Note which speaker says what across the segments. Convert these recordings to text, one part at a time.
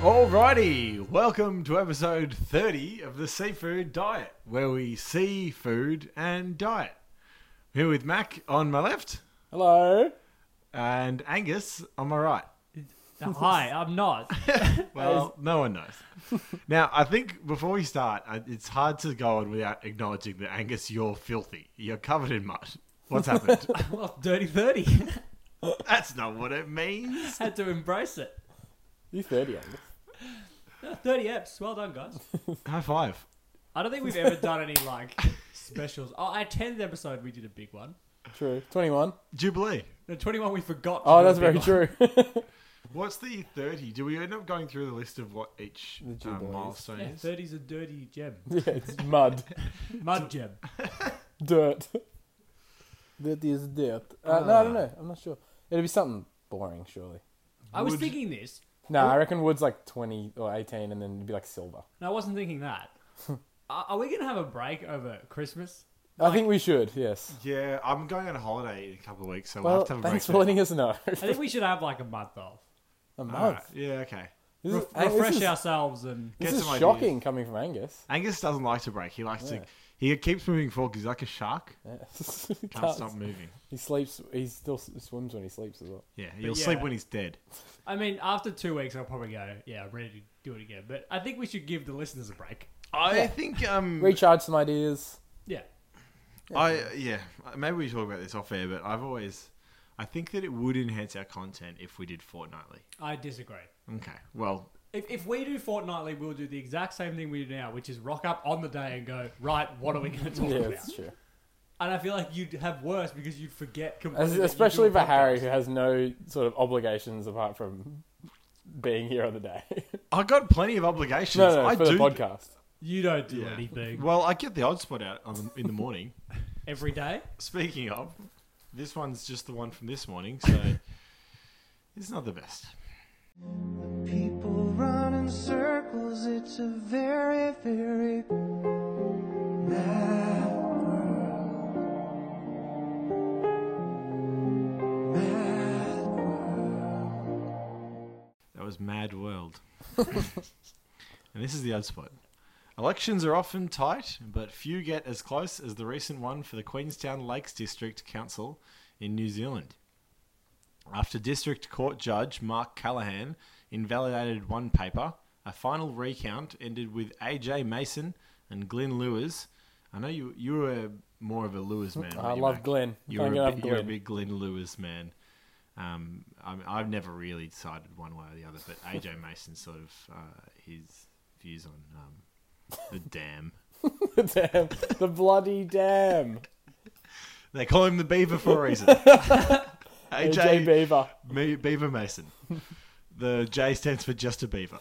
Speaker 1: Alrighty, welcome to episode 30 of the Seafood Diet, where we see food and diet. Here with Mac on my left
Speaker 2: Hello.
Speaker 1: and Angus on my right.
Speaker 3: No, Hi, I'm not.
Speaker 1: Well, no one knows. now, I think before we start, I- it's hard to go on without acknowledging that Angus, you're filthy. You're covered in mud. What's happened?
Speaker 3: Well, Dirty 30.
Speaker 1: That's not what it means.
Speaker 3: Had to embrace it.
Speaker 2: You 30, Angus.
Speaker 3: No, 30 eps. Well done, guys.
Speaker 1: High five.
Speaker 3: I don't think we've ever done any, like, specials. Oh, our 10th episode, we did a big one.
Speaker 2: True. 21.
Speaker 1: Jubilee.
Speaker 3: The 21 we forgot. to
Speaker 2: Oh,
Speaker 3: do a
Speaker 2: that's
Speaker 3: big
Speaker 2: very
Speaker 3: one.
Speaker 2: true.
Speaker 1: What's the 30? Do we end up going through the list of what each
Speaker 2: The
Speaker 1: um,
Speaker 2: Jubilees.
Speaker 1: milestone
Speaker 3: Yeah,
Speaker 1: is?
Speaker 3: 30's a dirty gem.
Speaker 2: yeah, it's mud.
Speaker 3: Mud gem.
Speaker 2: Dirt. That is dirt. Uh, no, I don't know. I'm not sure. It'll be something boring, surely.
Speaker 3: I was
Speaker 1: Wood.
Speaker 3: thinking this.
Speaker 2: No, I reckon wood's like 20 or 18 and then it'd be like silver.
Speaker 3: No, I wasn't thinking that. Are are we going to have a break over Christmas?
Speaker 2: I think we should, yes.
Speaker 1: Yeah, I'm going on a holiday in a couple of weeks, so we'll,
Speaker 2: Well,
Speaker 1: have to have a break.
Speaker 2: thanks for letting us know.
Speaker 3: I think we should have, like, a month off.
Speaker 2: a
Speaker 1: there. All
Speaker 2: month.
Speaker 1: right, Yeah, okay.
Speaker 2: This
Speaker 3: Re-
Speaker 2: is, Angus,
Speaker 3: refresh
Speaker 2: this is,
Speaker 3: ourselves and.
Speaker 1: Get
Speaker 2: This is
Speaker 1: some ideas.
Speaker 2: shocking coming from Angus.
Speaker 1: Angus doesn't like to break. He likes to.
Speaker 2: Yeah.
Speaker 1: He keeps moving forward 'cause he's like a shark.
Speaker 2: Yes.
Speaker 1: Can't, stop moving.
Speaker 2: He sleeps. He still s- swims when he sleeps as well.
Speaker 1: Yeah, he'll sleep
Speaker 3: yeah.
Speaker 1: when he's dead.
Speaker 3: I mean, after two weeks, I'll probably go, yeah, I'm ready to do it again. But I think we should give the listeners a break.
Speaker 1: I
Speaker 2: Yeah.
Speaker 1: think. Um,
Speaker 2: Recharge some ideas.
Speaker 3: Yeah.
Speaker 1: I yeah. Maybe we talk about this off air, but I've always. I think that it would enhance our content if we did fortnightly.
Speaker 3: I disagree.
Speaker 1: Okay. Well,
Speaker 3: If, if we do fortnightly, we'll do the exact same thing we do now, which is rock up on the day and go, right, what are we going to talk
Speaker 2: Yeah,
Speaker 3: about?
Speaker 2: that's true.
Speaker 3: And I feel like you'd have worse because you'd forget completely.
Speaker 2: As,
Speaker 3: that you
Speaker 2: especially
Speaker 3: do a
Speaker 2: for Harry,
Speaker 3: podcast.
Speaker 2: who has no sort of obligations apart from being here on the day.
Speaker 1: I got plenty of obligations.
Speaker 2: no, no,
Speaker 1: I
Speaker 2: for
Speaker 1: do.
Speaker 2: the podcast.
Speaker 3: You don't do
Speaker 1: Yeah.
Speaker 3: anything
Speaker 1: Well, I get the odd spot out on the, in the morning.
Speaker 3: every day.
Speaker 1: Speaking of, this one's just the one from this morning, so it's not the best.
Speaker 4: People run in circles, it's a very, very mad world. Mad world.
Speaker 1: That was Mad World. and this is the odd spot. Elections are often tight, but few get as close as the recent one for the Queenstown Lakes District Council in New Zealand. After District Court Judge Mark Callahan invalidated one paper, a final recount ended with AJ Mason and Glenn Lewis. I know you you were more of a Lewis man.
Speaker 2: I
Speaker 1: weren't you,
Speaker 2: love
Speaker 1: Mac?
Speaker 2: Glenn.
Speaker 1: You're a,
Speaker 2: Can't get enough
Speaker 1: big, you're a
Speaker 2: Glenn.
Speaker 1: big Glenn Lewis man. Um, I mean, I've never really decided one way or the other, but AJ Mason sort of uh, his views on um, the dam.
Speaker 2: The dam, the bloody dam.
Speaker 1: They call him the Beaver for a reason.
Speaker 2: AJ
Speaker 1: AJ
Speaker 2: Beaver.
Speaker 1: Me- Beaver Mason. The J stands for just a beaver.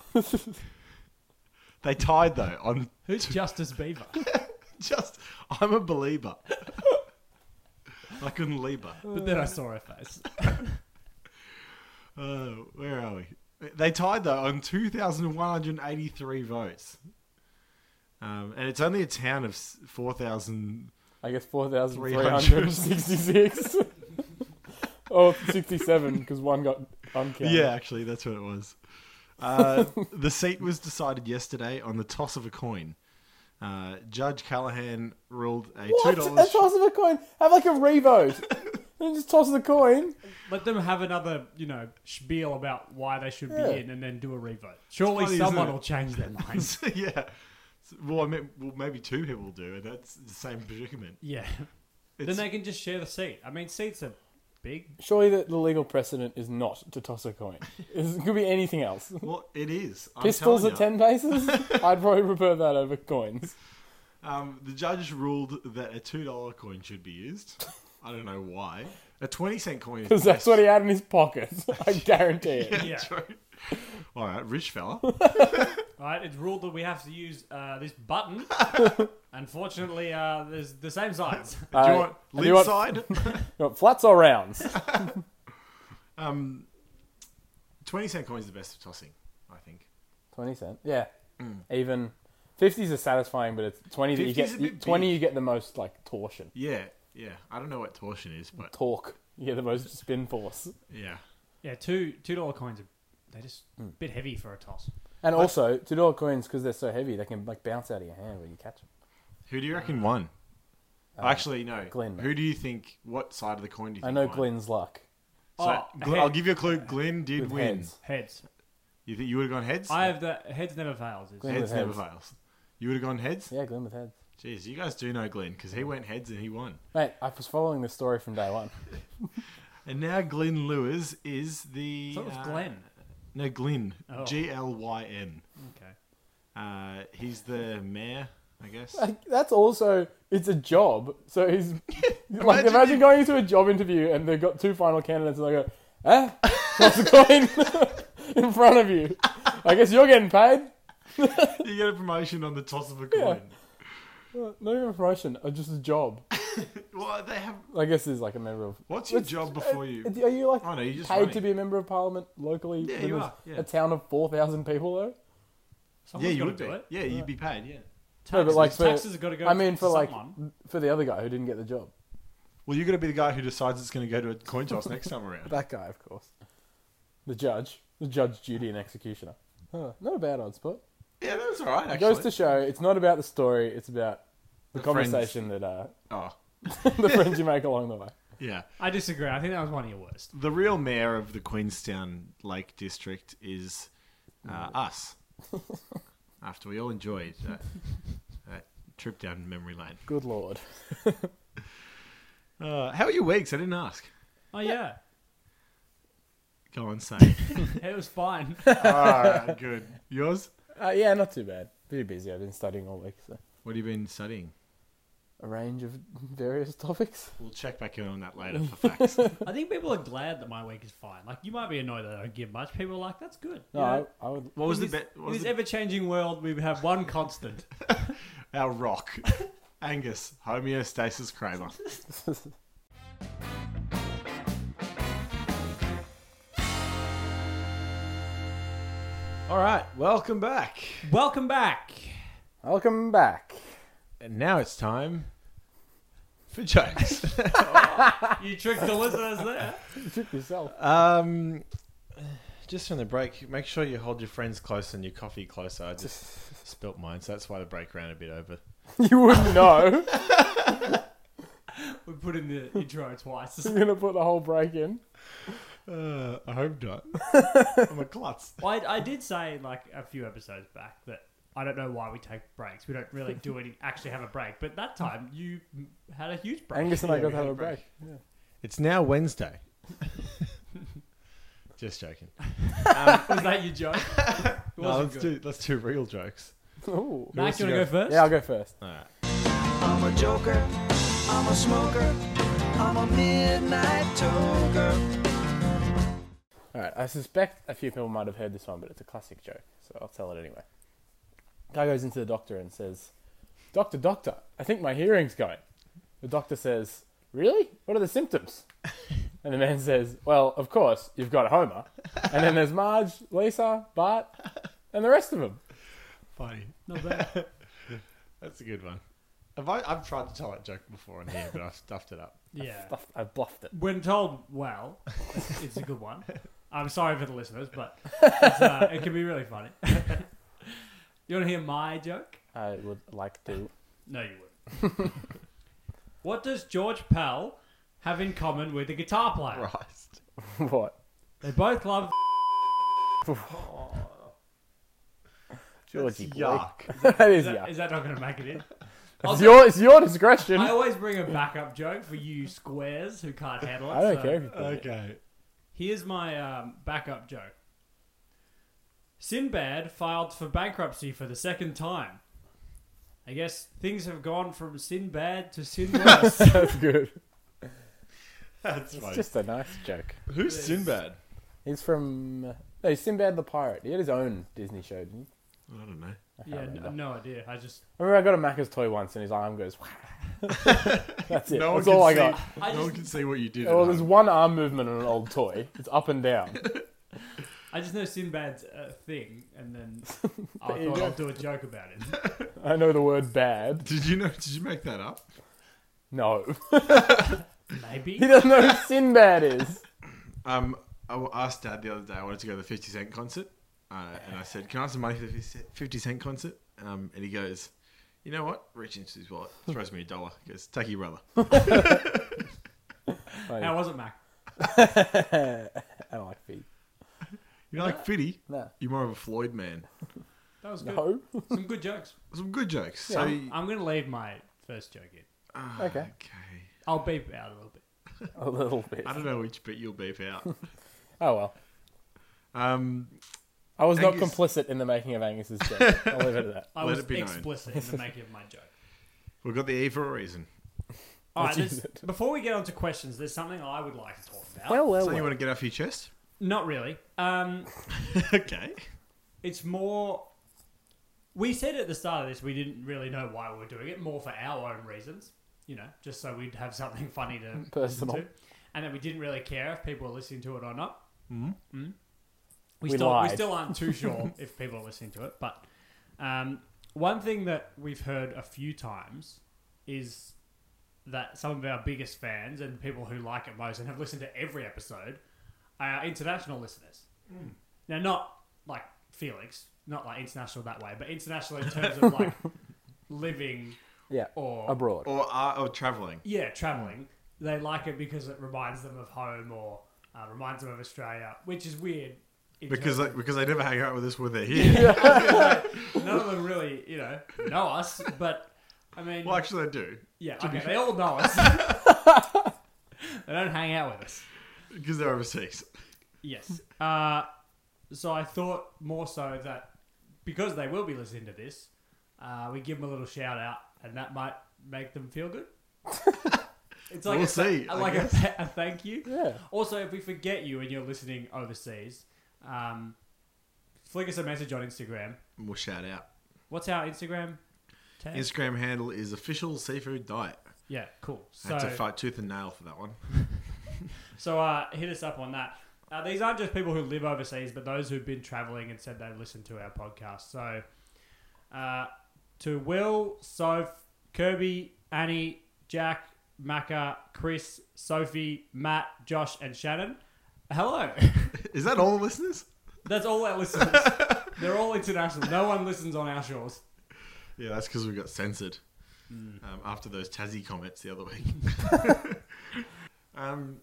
Speaker 1: they tied though on
Speaker 3: Who's Justice Beaver?
Speaker 1: just. I'm a believer. I couldn't lever.
Speaker 3: But then I saw her face.
Speaker 1: Uh, where are we? They tied though on 2,183 votes. Um, and it's only a town of s- 4,000.
Speaker 2: I guess 4,366. or 67, because one got uncounted.
Speaker 1: Yeah, actually, that's what it was. Uh, the seat was decided yesterday on the toss of a coin. Uh, Judge Callahan ruled a
Speaker 2: What?
Speaker 1: $2.
Speaker 2: A toss of a coin. Have like a revote. and just toss the coin.
Speaker 3: Let them have another, you know, spiel about why they should
Speaker 2: Yeah.
Speaker 3: be in and then do a revote. Surely
Speaker 1: funny, isn't
Speaker 3: someone
Speaker 1: it?
Speaker 3: will change their minds.
Speaker 1: yeah. Well, I mean, well, maybe two people will do, and that's the same predicament.
Speaker 3: yeah.
Speaker 1: It's-
Speaker 3: Then they can just share the seat. I mean, seats are big.
Speaker 2: Surely the, the legal precedent is not to toss a coin. It could be anything else.
Speaker 1: Well, it is. I'm
Speaker 2: Pistols
Speaker 1: telling
Speaker 2: at
Speaker 1: you.
Speaker 2: 10 paces? I'd probably prefer that over coins.
Speaker 1: Um, the judge ruled that a two dollar coin should be used. I don't know why. A twenty cent coin.
Speaker 2: Because that's what he had in his pocket. I guarantee it.
Speaker 3: Yeah.
Speaker 1: All right, rich fella.
Speaker 3: Right, it's ruled that we have to use uh, this button. Unfortunately, uh, there's the same size.
Speaker 1: Do you
Speaker 2: Uh,
Speaker 1: want
Speaker 2: do
Speaker 1: lid
Speaker 2: you want-
Speaker 1: side?
Speaker 2: You want flats or rounds?
Speaker 1: um, twenty cent coin is the best of tossing, I think.
Speaker 2: 20 cent. Yeah.
Speaker 1: Hmm.
Speaker 2: Even. 50s are satisfying, but it's 20 that you
Speaker 1: 50s a
Speaker 2: get.
Speaker 1: bit
Speaker 2: you- 20
Speaker 1: big.
Speaker 2: you get the most, like, torsion.
Speaker 1: Yeah, yeah. I don't know what torsion is, but
Speaker 2: Torque. You get the most spin force.
Speaker 1: yeah.
Speaker 2: Hmm.
Speaker 3: yeah, two two dollar coins are they're just a bit heavy for a toss.
Speaker 2: And also, Tudor coins, because they're so heavy, they can like bounce out of your hand when you catch them.
Speaker 1: Who do you reckon won? Actually, no.
Speaker 2: Uh, Glenn.
Speaker 1: Who do you think? What side of the coin do you think?
Speaker 2: I know
Speaker 1: won?
Speaker 2: Glenn's luck.
Speaker 1: So,
Speaker 3: Oh,
Speaker 1: Gl- I'll
Speaker 3: head-
Speaker 1: give you a clue. Glenn did
Speaker 2: With
Speaker 1: win.
Speaker 2: heads.
Speaker 3: Heads.
Speaker 1: You think you would have gone heads?
Speaker 3: I have the heads never fails. Is
Speaker 2: Glenn
Speaker 1: heads
Speaker 2: with
Speaker 1: never
Speaker 2: heads.
Speaker 1: fails. You would have gone heads.
Speaker 2: Yeah, Glenn with heads.
Speaker 1: Jeez, you guys do know Glenn because he went heads and he won.
Speaker 2: Mate, I was following this story from day one.
Speaker 1: And now Glenn Lewis is the.
Speaker 3: I thought it
Speaker 1: uh,
Speaker 3: was Glenn.
Speaker 1: No, Glyn.
Speaker 3: Oh.
Speaker 1: G L Y N.
Speaker 3: Okay.
Speaker 1: Uh, he's the mayor, I guess.
Speaker 2: Like, that's also it's a job. So he's like
Speaker 1: Imagine
Speaker 2: imagine
Speaker 1: if-
Speaker 2: going into a job interview and they've got two final candidates and they go, eh? Toss the coin in front of you. I guess you're getting paid.
Speaker 1: you get a promotion on the toss of a coin.
Speaker 2: Uh, Not even a promotion, uh, just a job.
Speaker 1: Well, they have.
Speaker 2: I guess is like a member of.
Speaker 1: What's your
Speaker 2: It's-
Speaker 1: job before you?
Speaker 2: Are you like
Speaker 1: Oh no, you just
Speaker 2: paid
Speaker 1: running.
Speaker 2: to be a member of parliament locally?
Speaker 1: Yeah,
Speaker 2: in
Speaker 1: you
Speaker 2: a-
Speaker 1: are, yeah.
Speaker 2: A town of four thousand people though.
Speaker 1: Yeah,
Speaker 3: Someone's
Speaker 1: you
Speaker 3: got
Speaker 1: would
Speaker 3: to
Speaker 1: be.
Speaker 3: do it.
Speaker 1: Yeah, you'd be paid. Yeah.
Speaker 2: No, but like for,
Speaker 3: taxes have got to go.
Speaker 2: I mean, for
Speaker 3: to
Speaker 2: like
Speaker 3: someone.
Speaker 2: for the other guy who didn't get the job,
Speaker 1: Well, you're going to be the guy who decides it's going to go to a coin toss next time around.
Speaker 2: that guy, of course, the judge, the judge, Judy, and executioner. Huh, not a bad odds spot.
Speaker 1: Yeah, that was all right.
Speaker 2: It
Speaker 1: Actually.
Speaker 2: goes to show it's not about the story; it's about the,
Speaker 1: The friends.
Speaker 2: conversation that uh,
Speaker 1: Oh,
Speaker 2: the friends you make along the way.
Speaker 1: yeah.
Speaker 3: I disagree. I think that was one of your worst.
Speaker 1: The real mayor of the Queenstown Lake District is uh, us. After we all enjoyed that, that trip down memory lane.
Speaker 2: Good lord!
Speaker 1: Uh, how are your weeks? I didn't ask.
Speaker 3: Oh yeah,
Speaker 1: Go on, say. it.
Speaker 3: it was fine.
Speaker 1: all right, good. Yours?
Speaker 2: Uh, yeah, not too bad. Pretty busy. I've been studying all week, so
Speaker 1: What have you been studying?
Speaker 2: a range of various topics.
Speaker 1: We'll check back in on that later for facts.
Speaker 3: I think people are glad that my week is fine. Like you might be annoyed that I don't give much. People are like, that's good.
Speaker 2: No,
Speaker 3: You know,
Speaker 2: I, I would.
Speaker 1: What was the
Speaker 3: in
Speaker 1: be-
Speaker 3: this,
Speaker 1: what
Speaker 3: in
Speaker 1: was
Speaker 3: this
Speaker 1: the-
Speaker 3: ever-changing world? We have one constant.
Speaker 1: our rock? Angus homeostasis Kramer. All right, welcome back.
Speaker 3: Welcome back.
Speaker 2: Welcome back.
Speaker 1: And now it's time for jokes.
Speaker 3: You tricked the listeners there.
Speaker 2: You took yourself.
Speaker 1: um, just from the break, make sure you hold your friends close and your coffee closer. I just spilt mine, so that's why the break ran a bit over.
Speaker 2: you wouldn't know.
Speaker 3: We put in the intro twice.
Speaker 2: You're gonna put the whole break in.
Speaker 1: Uh, I hope not. I'm a klutz.
Speaker 3: Well, I, I did say like a few episodes back that I don't know why we take breaks. We don't really do any actually have a break. But that time you had a huge break.
Speaker 2: Angus and I
Speaker 1: Yeah,
Speaker 2: got
Speaker 1: we
Speaker 2: to
Speaker 1: had
Speaker 2: have
Speaker 1: a
Speaker 2: a break.
Speaker 1: It's now Wednesday. just joking.
Speaker 3: Was that your joke?
Speaker 1: No, let's do let's do real jokes.
Speaker 2: Yeah. Ooh.
Speaker 3: Mac,
Speaker 1: wants
Speaker 3: you
Speaker 1: to
Speaker 3: want to go
Speaker 1: go?
Speaker 3: first?
Speaker 2: Yeah, I'll go first.
Speaker 1: All right.
Speaker 4: I'm a joker. I'm a smoker. I'm a midnight toker.
Speaker 2: All right, I suspect a few people might have heard this one, but it's a classic joke, so I'll tell it anyway. Guy goes into the doctor and says, "Doctor, doctor, I think my hearing's going." The doctor says, "Really? What are the symptoms?" And the man says, "Well, of course, you've got Homer, and then there's Marge, Lisa, Bart, and the rest of them."
Speaker 1: Funny.
Speaker 3: Not bad.
Speaker 1: That's a good one. Have I, I've tried to tell that joke before on here, but I've stuffed it up.
Speaker 3: Yeah.
Speaker 2: Bluff- I bluffed it.
Speaker 3: When told well, it's, it's a good one. I'm sorry for the listeners, but it's, uh, it can be really funny. you want to hear my joke?
Speaker 2: I would like to.
Speaker 3: No, you wouldn't. what does George Pell have in common with a guitar player?
Speaker 1: Christ.
Speaker 2: what?
Speaker 3: They both love.
Speaker 2: Georgie,
Speaker 1: That's
Speaker 2: boy.
Speaker 1: yuck.
Speaker 2: that is
Speaker 3: Is that,
Speaker 2: yuck.
Speaker 3: is that not going to make it in?
Speaker 2: It's your, it's your discretion.
Speaker 3: I
Speaker 2: I,
Speaker 3: always bring a backup joke for you squares who can't handle it.
Speaker 2: don't
Speaker 3: so
Speaker 2: care if you put it.
Speaker 1: Okay.
Speaker 3: Here's my um, backup joke. Sinbad filed for bankruptcy for the second time. I guess things have gone from Sinbad to Sinworse.
Speaker 2: That's good.
Speaker 1: That's
Speaker 2: It's
Speaker 1: funny.
Speaker 2: just a nice joke.
Speaker 1: Who's Sinbad?
Speaker 2: He's from no, he's Sinbad the Pirate. He had his own Disney show, didn't he?
Speaker 1: I don't know.
Speaker 3: yeah,
Speaker 2: remember.
Speaker 3: no, no idea. I just,
Speaker 2: I remember I got a Macca's toy once, and his arm goes. "Wah." That's it.
Speaker 1: No one
Speaker 2: That's
Speaker 1: can
Speaker 2: all I
Speaker 1: see-
Speaker 2: got.
Speaker 3: I
Speaker 1: No one
Speaker 3: just,
Speaker 1: can see what you did. at
Speaker 2: Well, there's
Speaker 1: home.
Speaker 2: one arm movement on an old toy. It's up and down.
Speaker 3: I just know Sinbad's a thing, and then I
Speaker 2: There you
Speaker 3: thought
Speaker 2: go.
Speaker 3: I'll do a joke about it.
Speaker 2: I know the word bad.
Speaker 1: Did you know? Did you make that up?
Speaker 2: No, he
Speaker 3: Maybe.
Speaker 2: doesn't know who Sinbad is.
Speaker 1: Um, I w- asked Dad the other day. I wanted to go to the Fifty Cent concert, Uh, and I said, Can I have some money for the 50 cent- 50 Cent concert? Um, and he goes, You know what? Reach into his wallet, throws me a dollar. He goes, Take your brother.
Speaker 2: Like,
Speaker 3: How was it, Mac?
Speaker 2: I don't like feet.
Speaker 1: You're like Fitty.
Speaker 2: No.
Speaker 1: You're more of a Floyd man.
Speaker 3: That was good.
Speaker 2: No.
Speaker 3: Some good jokes.
Speaker 1: Some good jokes.
Speaker 2: Yeah.
Speaker 1: So,
Speaker 3: I'm going to leave my first joke in.
Speaker 1: ah,
Speaker 2: Okay.
Speaker 1: okay.
Speaker 3: I'll beep it out a little bit.
Speaker 2: A little bit.
Speaker 1: I don't know which bit you'll beep out.
Speaker 2: Oh well.
Speaker 1: Um,
Speaker 2: I was not
Speaker 1: Angus-
Speaker 2: complicit in the making of Angus's death. I'll leave it at that.
Speaker 3: I
Speaker 1: Let
Speaker 3: was
Speaker 1: it be known.
Speaker 3: explicit in the making of my joke.
Speaker 1: we've got the E for a reason.
Speaker 3: All right,
Speaker 2: Which is
Speaker 3: there's-
Speaker 2: it?
Speaker 3: before we get on to questions, there's something I would like to talk about.
Speaker 2: Well, well,
Speaker 1: Something you
Speaker 2: Oh, well.
Speaker 1: want to get off your chest?
Speaker 3: Not really. Um,
Speaker 1: okay.
Speaker 3: it's more. We said at the start of this we didn't really know why we were doing it, more for our own reasons, you know, just so we'd have something funny to
Speaker 2: Personal.
Speaker 3: listen to, and that we didn't really care if people were listening to it or not. Mm.
Speaker 2: We
Speaker 3: We, still
Speaker 2: lied.
Speaker 3: we still aren't too sure if people are listening to it, but um, one thing that we've heard a few times is that some of our biggest fans and people who like it most and have listened to every episode are our international listeners.
Speaker 2: Hmm.
Speaker 3: Now, not like Felix, not like international that way, but international in terms of like living
Speaker 2: Yeah.
Speaker 3: or
Speaker 2: Abroad.
Speaker 1: Or are or traveling.
Speaker 3: yeah traveling. They like it because it reminds them of home or uh, reminds them of Australia, which is weird. in
Speaker 1: Because
Speaker 3: terms
Speaker 1: they, because they never hang out with us when they're here.
Speaker 3: of- none of them really, you know, know us. But I mean,
Speaker 1: Well, actually, they do.
Speaker 3: yeah, okay, they all know us. they don't hang out with us.
Speaker 1: Because they're overseas.
Speaker 3: Yes. Uh, so I thought more so that because they will be listening to this, uh, we give them a little shout out, and that might make them feel good. it's
Speaker 1: We'll
Speaker 3: like a, th-
Speaker 1: see, I
Speaker 3: like a,
Speaker 1: guess.
Speaker 3: th- a thank you.
Speaker 2: Yeah.
Speaker 3: Also, if we forget you and you're listening overseas, um, flick us a message on Instagram.
Speaker 1: And we'll shout out.
Speaker 3: What's our Instagram? Tag?
Speaker 1: Instagram handle is official seafood diet.
Speaker 3: yeah, cool.
Speaker 1: I
Speaker 3: So
Speaker 1: had to fight tooth and nail for that one.
Speaker 3: So uh, hit us up on that. Uh, these aren't just people who live overseas, but those who've been traveling and said they've listened to our podcast. So uh, to Will, Soph, Kirby, Annie, Jack, Macca, Chris, Sophie, Matt, Josh, and Shannon. Hello.
Speaker 1: Is that all the listeners?
Speaker 3: That's all our listeners. They're all international. No one listens on our shores.
Speaker 1: Yeah, that's because we got censored
Speaker 3: Hmm.
Speaker 1: um, after those Tassie comments the other week. um,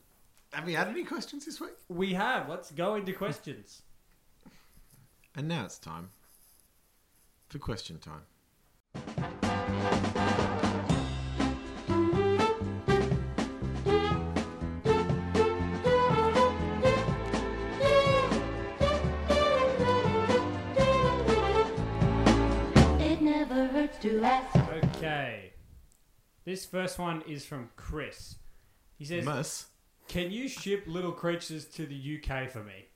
Speaker 1: have we had any questions this week?
Speaker 3: We have. Let's go into questions.
Speaker 1: And now it's time for question time.
Speaker 5: It never hurts to ask.
Speaker 3: Okay. This first one is from Chris. He says,
Speaker 1: Miss,
Speaker 3: Can you ship little creatures to the UK for me?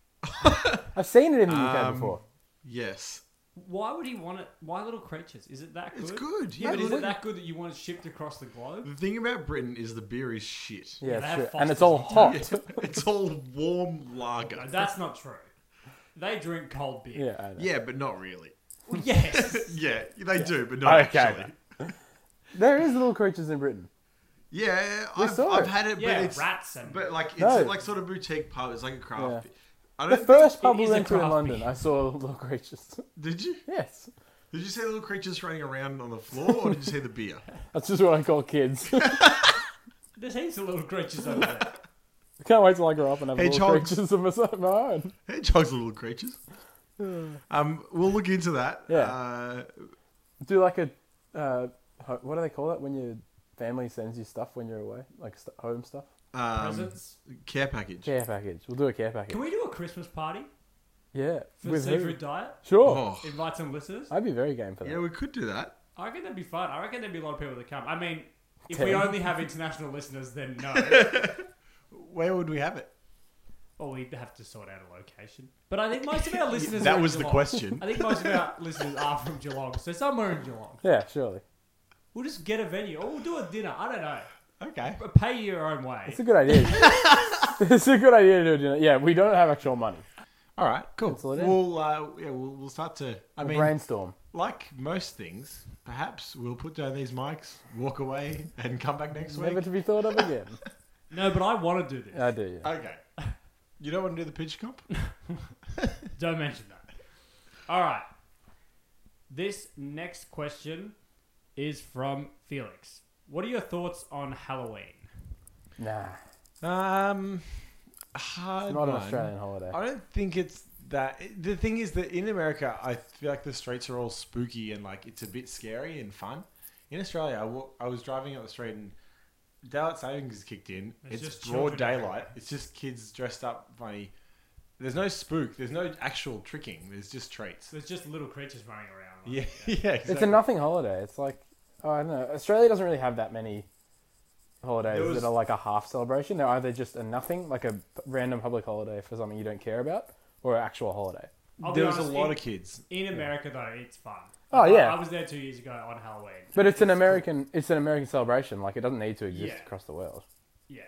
Speaker 2: I've seen it in the UK
Speaker 1: Um,
Speaker 2: before.
Speaker 1: yes,
Speaker 3: Why would he want it? Why little creatures? Is it that good?
Speaker 1: it's good.
Speaker 3: Yeah,
Speaker 1: Yeah,
Speaker 3: but is it
Speaker 1: look,
Speaker 3: that good that you want it shipped across the globe?
Speaker 1: the thing about Britain is the beer is shit.
Speaker 2: Yeah,
Speaker 3: they have
Speaker 2: sure. And it's
Speaker 3: Fosters
Speaker 2: all
Speaker 3: and
Speaker 2: hot.
Speaker 1: Yeah, it's all warm
Speaker 3: No,
Speaker 1: lager.
Speaker 3: that's not true. They drink cold beer.
Speaker 2: Yeah, I know.
Speaker 1: Yeah, but not really.
Speaker 3: Well, yes.
Speaker 1: Yeah, they do, but not
Speaker 2: Okay.
Speaker 1: actually.
Speaker 2: There is little creatures in Britain.
Speaker 1: Yeah,
Speaker 2: We
Speaker 1: I've,
Speaker 2: saw
Speaker 1: I've
Speaker 2: it.
Speaker 1: had it,
Speaker 3: yeah,
Speaker 1: but it's
Speaker 3: rats and.
Speaker 1: but like it's
Speaker 2: No.
Speaker 1: like sort of boutique pub. It's like a craft.
Speaker 2: Yeah.
Speaker 1: beer. I
Speaker 2: The
Speaker 1: don't.
Speaker 2: first pub
Speaker 3: it
Speaker 2: we
Speaker 3: is a
Speaker 2: went to in
Speaker 3: craft
Speaker 2: London,
Speaker 3: beer.
Speaker 2: I saw little creatures.
Speaker 1: did you?
Speaker 2: yes.
Speaker 1: Did you see the little creatures running around on the floor, or did you see the beer?
Speaker 2: That's just what I call kids.
Speaker 3: There's heaps of little creatures over there.
Speaker 2: Can't wait till I grow up and have little
Speaker 1: Hedgehogs.
Speaker 2: creatures of my own.
Speaker 1: Hedgehogs are little creatures. Um, we'll look into that.
Speaker 2: Yeah.
Speaker 1: Uh,
Speaker 2: Do like a, uh, ho- what do they call it when your family sends you stuff when you're away, like st- home stuff?
Speaker 1: um,
Speaker 3: Presents.
Speaker 1: care package.
Speaker 2: Care package. We'll do a care package.
Speaker 3: Can we do a Christmas party
Speaker 2: yeah.
Speaker 3: for
Speaker 2: With who?
Speaker 3: seafood diet?
Speaker 2: Sure.
Speaker 1: Oh,
Speaker 3: Invite some listeners.
Speaker 2: I'd be very game for that.
Speaker 1: yeah, we could do that.
Speaker 3: I reckon that'd be fun. I reckon there'd be a lot of people that come. I mean, if we
Speaker 2: Ten.
Speaker 3: only have international listeners, then no.
Speaker 1: Where would we have it?
Speaker 3: or we'd have to sort out a location. But I think most of our listeners. are
Speaker 1: that
Speaker 3: in
Speaker 1: was the
Speaker 3: Geelong.
Speaker 1: question.
Speaker 3: I think most of our listeners are from Geelong, so somewhere in Geelong.
Speaker 2: yeah, surely.
Speaker 3: We'll just get a venue, or we'll do a dinner. I don't know.
Speaker 1: Okay.
Speaker 3: But Pay your own way.
Speaker 2: It's a good idea. it's a good idea to do a dinner. Yeah, we don't have actual money.
Speaker 1: All right. Cool.
Speaker 2: Pencil it in.
Speaker 1: We'll uh, yeah, we'll, we'll start to. I
Speaker 2: We'll
Speaker 1: mean,
Speaker 2: brainstorm.
Speaker 1: like most things, perhaps we'll put down these mics, walk away, and come back next week.
Speaker 2: Never to be thought of again.
Speaker 3: No, but I want to do this.
Speaker 2: I do, yeah.
Speaker 1: Okay. You don't want to do the pitch comp?
Speaker 3: Don't mention that. All right. This next question is from Felix. What are your thoughts on Halloween?
Speaker 2: Nah,
Speaker 1: Um, hard
Speaker 2: not an
Speaker 1: one.
Speaker 2: Australian holiday.
Speaker 1: I don't think it's that. The thing is that in America, I feel like the streets are all spooky and like it's a bit scary and fun. In Australia, I wa- I was driving up the street and daylight savings has kicked in.
Speaker 3: It's
Speaker 1: It's,
Speaker 3: just
Speaker 1: broad
Speaker 3: children
Speaker 1: daylight.
Speaker 3: everywhere.
Speaker 1: It's just kids dressed up funny. There's no spook. There's no actual tricking. There's just treats.
Speaker 3: There's just little creatures running around.
Speaker 1: Yeah,
Speaker 3: like-
Speaker 1: yeah. Exactly.
Speaker 2: It's a nothing holiday. It's like oh, I don't know. Australia doesn't really have that many holidays
Speaker 1: There was-
Speaker 2: that are like a half celebration. They're either just a nothing, like a p- random public holiday for something you don't care about, or an actual holiday.
Speaker 3: I'll be
Speaker 1: There was a
Speaker 3: honest,
Speaker 1: lot
Speaker 3: in,
Speaker 1: of kids.
Speaker 3: in America though. It's fun.
Speaker 2: Oh,
Speaker 3: I-
Speaker 2: yeah.
Speaker 3: I was there two years ago on Halloween.
Speaker 2: But it's an American. It's an American celebration. Like it doesn't need to exist
Speaker 3: Yeah.
Speaker 2: across the world.
Speaker 3: Yeah.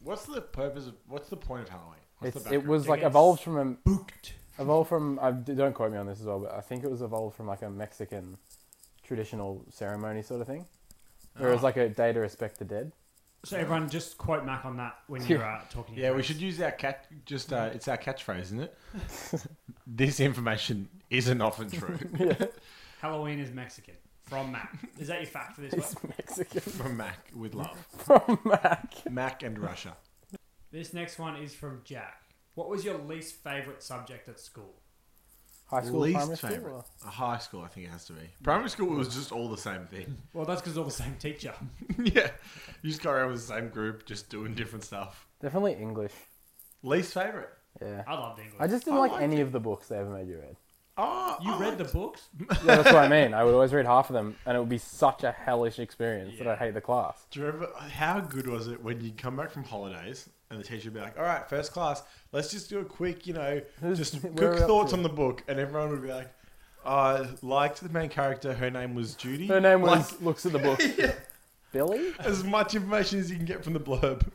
Speaker 1: What's the purpose of? What's the point of Halloween? What's
Speaker 2: It's,
Speaker 1: the
Speaker 2: it
Speaker 1: background?
Speaker 2: was
Speaker 3: It
Speaker 2: like
Speaker 3: gets
Speaker 2: evolved from a
Speaker 3: Booked.
Speaker 2: evolved from I don't quote me on this as well, but I think it was evolved from like a Mexican traditional ceremony sort of thing, where it was
Speaker 1: Ah.
Speaker 2: like a day to respect the dead.
Speaker 3: So everyone, just quote Mac on that when you're uh, talking. to
Speaker 1: Yeah,
Speaker 3: your
Speaker 1: we
Speaker 3: friends.
Speaker 1: should use our cat. Just uh, it's our catchphrase, isn't it? this information isn't often true
Speaker 3: Halloween is Mexican from Mac. Is that your fact for this
Speaker 2: It's
Speaker 3: one?
Speaker 2: Mexican
Speaker 1: from Mac with love.
Speaker 2: from Mac.
Speaker 1: Mac and Russia.
Speaker 3: This next one is from Jack. What was your least favorite subject at school?
Speaker 2: High school, primary
Speaker 1: Least
Speaker 2: school,
Speaker 1: favorite.
Speaker 2: or-
Speaker 1: A high school, I think it has to be. Primary school was just all the same thing.
Speaker 3: Well, that's because all the same teacher.
Speaker 1: yeah, you just go around with the same group, just doing different stuff.
Speaker 2: Definitely English.
Speaker 1: Least favorite.
Speaker 2: Yeah.
Speaker 3: I loved English.
Speaker 2: I just didn't
Speaker 1: I
Speaker 2: like
Speaker 1: liked
Speaker 2: any of the books they ever made you read.
Speaker 1: Oh,
Speaker 3: you
Speaker 1: I
Speaker 3: read the
Speaker 1: liked-
Speaker 3: books?
Speaker 2: Yeah, that's what I mean. I would always read half of them, and it would be such a hellish experience that I
Speaker 3: Yeah.
Speaker 2: hate the class.
Speaker 1: Do you remember uh, how good was it when you'd come back from holidays and the teacher would be like, "All right, first class, let's just do a quick, you know,
Speaker 2: Who's-
Speaker 1: just
Speaker 2: where are
Speaker 1: quick
Speaker 2: we up
Speaker 1: thoughts
Speaker 2: to?"
Speaker 1: on the book," and everyone would be like, "I liked the main character. Her name was Judy.
Speaker 2: Her name was
Speaker 1: Like,
Speaker 2: looks at the book. Billy.
Speaker 1: as much information as you can get from the blurb.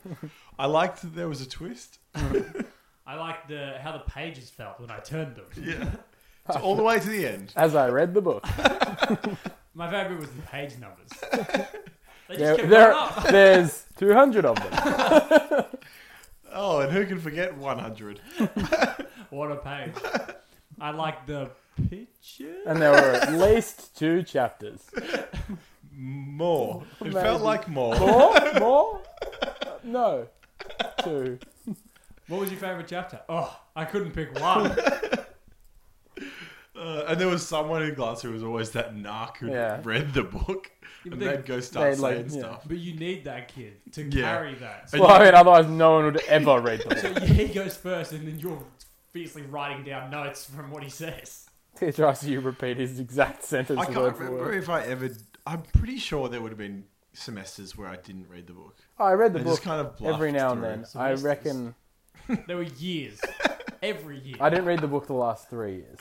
Speaker 1: I liked that there was a twist.
Speaker 3: I liked the how the pages felt when I turned them.
Speaker 1: Yeah, so all the way to the end.
Speaker 2: As I read the book,
Speaker 3: My favorite was the page numbers. they just
Speaker 2: there,
Speaker 3: kept
Speaker 2: there-
Speaker 3: going up.
Speaker 2: there's 200 of them.
Speaker 1: Oh, and who can forget 100?
Speaker 3: What a page! I liked the picture.
Speaker 2: And there were at least two chapters.
Speaker 1: More. It
Speaker 2: Amazing.
Speaker 1: felt like more.
Speaker 2: More? More? Uh, No. Two.
Speaker 3: What was your favorite chapter? Oh, I couldn't pick one.
Speaker 1: Uh, and there was someone in class who was always that narc who
Speaker 2: Yeah.
Speaker 1: read the book,
Speaker 3: Yeah, but
Speaker 1: and
Speaker 3: they-
Speaker 1: they'd go start
Speaker 2: they'd, like,
Speaker 1: saying
Speaker 2: yeah.
Speaker 1: stuff.
Speaker 3: but you need that kid to
Speaker 1: Yeah.
Speaker 3: carry that.
Speaker 2: Well, I mean, otherwise no one would ever read the book.
Speaker 3: So he goes first, and then you're fiercely writing down notes from what he says.
Speaker 2: Teacher asks you to repeat his exact sentence
Speaker 1: I
Speaker 2: word
Speaker 1: can't
Speaker 2: for
Speaker 1: remember
Speaker 2: word.
Speaker 1: if I ever. I'm pretty sure there would have been semesters where I didn't read the book.
Speaker 2: Oh, I read the
Speaker 1: I
Speaker 2: book
Speaker 1: just kind of bluffed
Speaker 2: every now and
Speaker 1: through.
Speaker 2: then. I
Speaker 3: Semesters.
Speaker 2: reckon
Speaker 3: There were years, every year.
Speaker 2: I didn't read the book the last three years.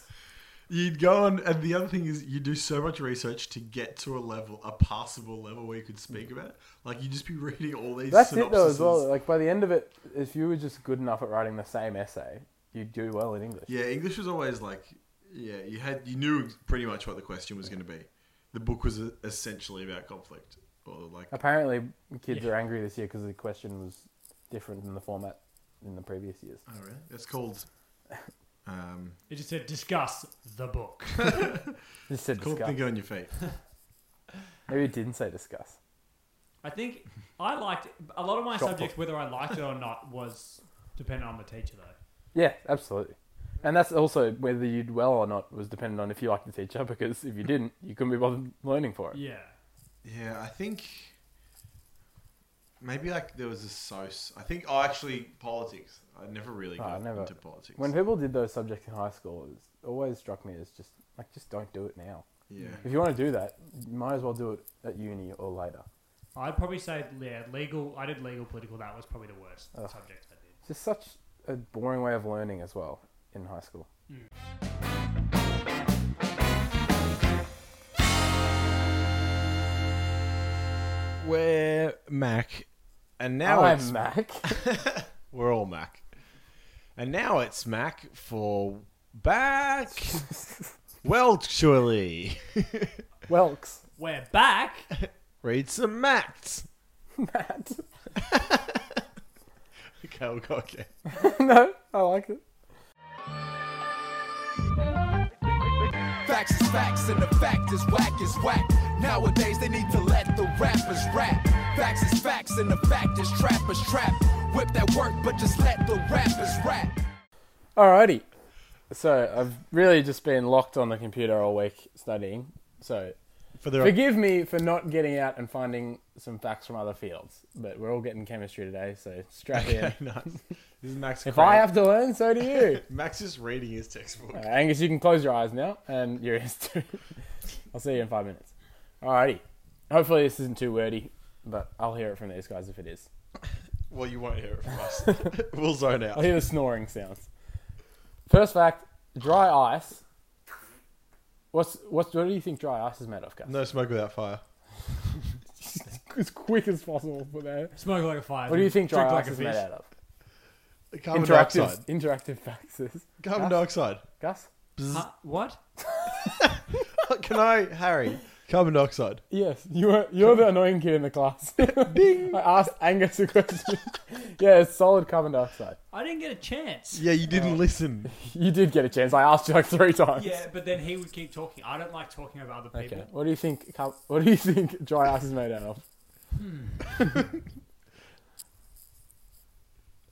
Speaker 1: You'd go on, and the other thing is, you do so much research to get to a level, a passable level where you could speak about it. Like you'd just be reading all these.
Speaker 2: That's
Speaker 1: synopsises.
Speaker 2: it though as well. Like by the end of it, if you were just good enough at writing the same essay, you'd do well in English.
Speaker 1: Yeah, English was always like, yeah, you had you knew pretty much what the question was going to be. The book was uh, essentially about conflict, or like
Speaker 2: Apparently, kids
Speaker 3: Yeah.
Speaker 2: are angry this year because the question was different than the format in the previous years.
Speaker 1: oh really? It's called. Um,
Speaker 3: It just said discuss the book.
Speaker 2: Just said
Speaker 1: called
Speaker 2: discuss.
Speaker 1: thinking on your feet.
Speaker 2: Maybe it didn't say discuss.
Speaker 3: I think I liked a lot of my
Speaker 2: Shot
Speaker 3: subjects, whether I liked it or not, was dependent on the teacher though.
Speaker 2: Yeah, absolutely. And that's also whether you would well or not was dependent on if you liked the teacher because if you didn't, you couldn't be bothered learning for it.
Speaker 3: Yeah,
Speaker 1: Yeah, I think maybe like there was a SOS. I think oh, actually politics. I never really
Speaker 2: Oh, I
Speaker 1: got
Speaker 2: never-
Speaker 1: into politics.
Speaker 2: When people did those subjects in high school, it was, always struck me as just like just don't do it now.
Speaker 1: yeah,
Speaker 2: If you want to do that, you might as well do it at uni or later.
Speaker 3: I'd probably say yeah, legal. I did legal political. That was probably the worst
Speaker 2: Ugh.
Speaker 3: subject I
Speaker 2: It's just such a boring way of learning as well in high school.
Speaker 1: we're Mac, and now
Speaker 2: I'm
Speaker 1: it's
Speaker 2: Mac.
Speaker 1: we're all Mac, and now it's Mac for back. well, surely
Speaker 2: Welks.
Speaker 3: did. We're back.
Speaker 1: read some Macs.
Speaker 2: Matt.
Speaker 1: Okay, we'll go again.
Speaker 2: no, I like it.
Speaker 6: facts is facts, and the fact is whack is whack. Nowadays they need to let the rappers rap. Facts is facts, and the fact is trappers trap. Whip that work, but just let the rappers rap.
Speaker 2: Alrighty. So I've really just been locked on the computer all week studying. So
Speaker 1: For the
Speaker 2: forgive me for not getting out and finding some facts from other fields, but we're all getting chemistry today, so strap in.
Speaker 1: nice. This is Max.
Speaker 2: If
Speaker 1: Craig.
Speaker 2: I have to learn, so do you.
Speaker 1: Max is reading his textbook.
Speaker 2: All right, Angus, you can close your eyes now, and your ears too. I'll see you in five minutes. Alrighty. Hopefully this isn't too wordy, but I'll hear it from these guys if it is.
Speaker 1: Well, you won't hear it from us. we'll zone
Speaker 2: I'll
Speaker 1: out.
Speaker 2: hear the snoring sounds. First fact: dry ice. What's what's what do you think dry ice is made of, guys?
Speaker 1: No smoke without fire.
Speaker 2: as quick as possible for that.
Speaker 3: Smoke like a fire.
Speaker 2: What do you think dry
Speaker 3: Drink
Speaker 2: ice
Speaker 3: like a
Speaker 2: is made
Speaker 3: fish.
Speaker 2: out of?
Speaker 1: Carbon
Speaker 2: Interactive,
Speaker 1: dioxide.
Speaker 2: interactive facts. is-
Speaker 1: Carbon dioxide.
Speaker 2: Gus?
Speaker 3: Huh? What?
Speaker 1: Can I, Harry? Carbon dioxide.
Speaker 2: Yes, you were, you're the annoying kid in the class. Ding! I asked Angus a question. yeah, it's solid carbon dioxide.
Speaker 3: I didn't get a chance.
Speaker 1: Yeah, you didn't listen.
Speaker 2: You did get a chance. I asked you like three times.
Speaker 3: Yeah, but then he would keep talking. I don't like talking over other people.
Speaker 2: Okay. What do you think? car- What do you think dry ice is made out of?
Speaker 3: Hmm.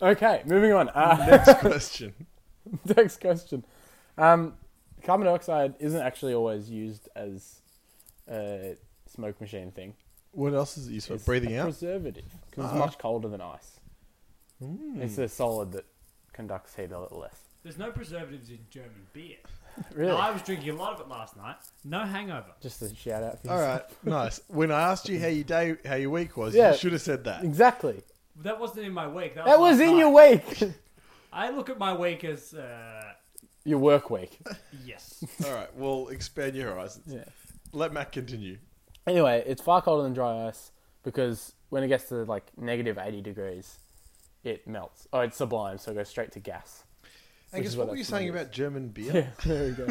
Speaker 2: okay, moving on. Uh,
Speaker 1: Next question.
Speaker 2: next question. Um, carbon dioxide isn't actually always used as a smoke machine thing.
Speaker 1: What else is it used for?
Speaker 2: It's
Speaker 1: Breathing
Speaker 2: a
Speaker 1: out.
Speaker 2: Preservative. 'cause
Speaker 1: Ah.
Speaker 2: it's much colder than ice.
Speaker 1: Hmm.
Speaker 2: It's a solid that conducts heat a little less.
Speaker 3: There's no preservatives in German beer.
Speaker 2: Really?
Speaker 3: I was drinking a lot of it last night. No hangover.
Speaker 2: Just a shout out. For
Speaker 1: All right, nice. When I asked you how your day, how your week was,
Speaker 2: Yeah.
Speaker 1: you should have said that.
Speaker 2: Exactly.
Speaker 3: That wasn't in my week. That,
Speaker 2: That was
Speaker 3: last
Speaker 2: in
Speaker 3: night.
Speaker 2: your wake.
Speaker 3: I look at my week as uh,
Speaker 2: your work week.
Speaker 3: yes.
Speaker 1: All right, well, expand your horizons.
Speaker 2: Yeah.
Speaker 1: Let Matt continue.
Speaker 2: Anyway, it's far colder than dry ice because when it gets to like negative 80 degrees, it melts. Oh, it sublimes, so it goes straight to gas.
Speaker 1: I guess
Speaker 2: is
Speaker 1: what,
Speaker 2: what
Speaker 1: were
Speaker 2: that
Speaker 1: you
Speaker 2: smell
Speaker 1: saying
Speaker 2: is.
Speaker 1: about German beer?
Speaker 2: Yeah, there we go.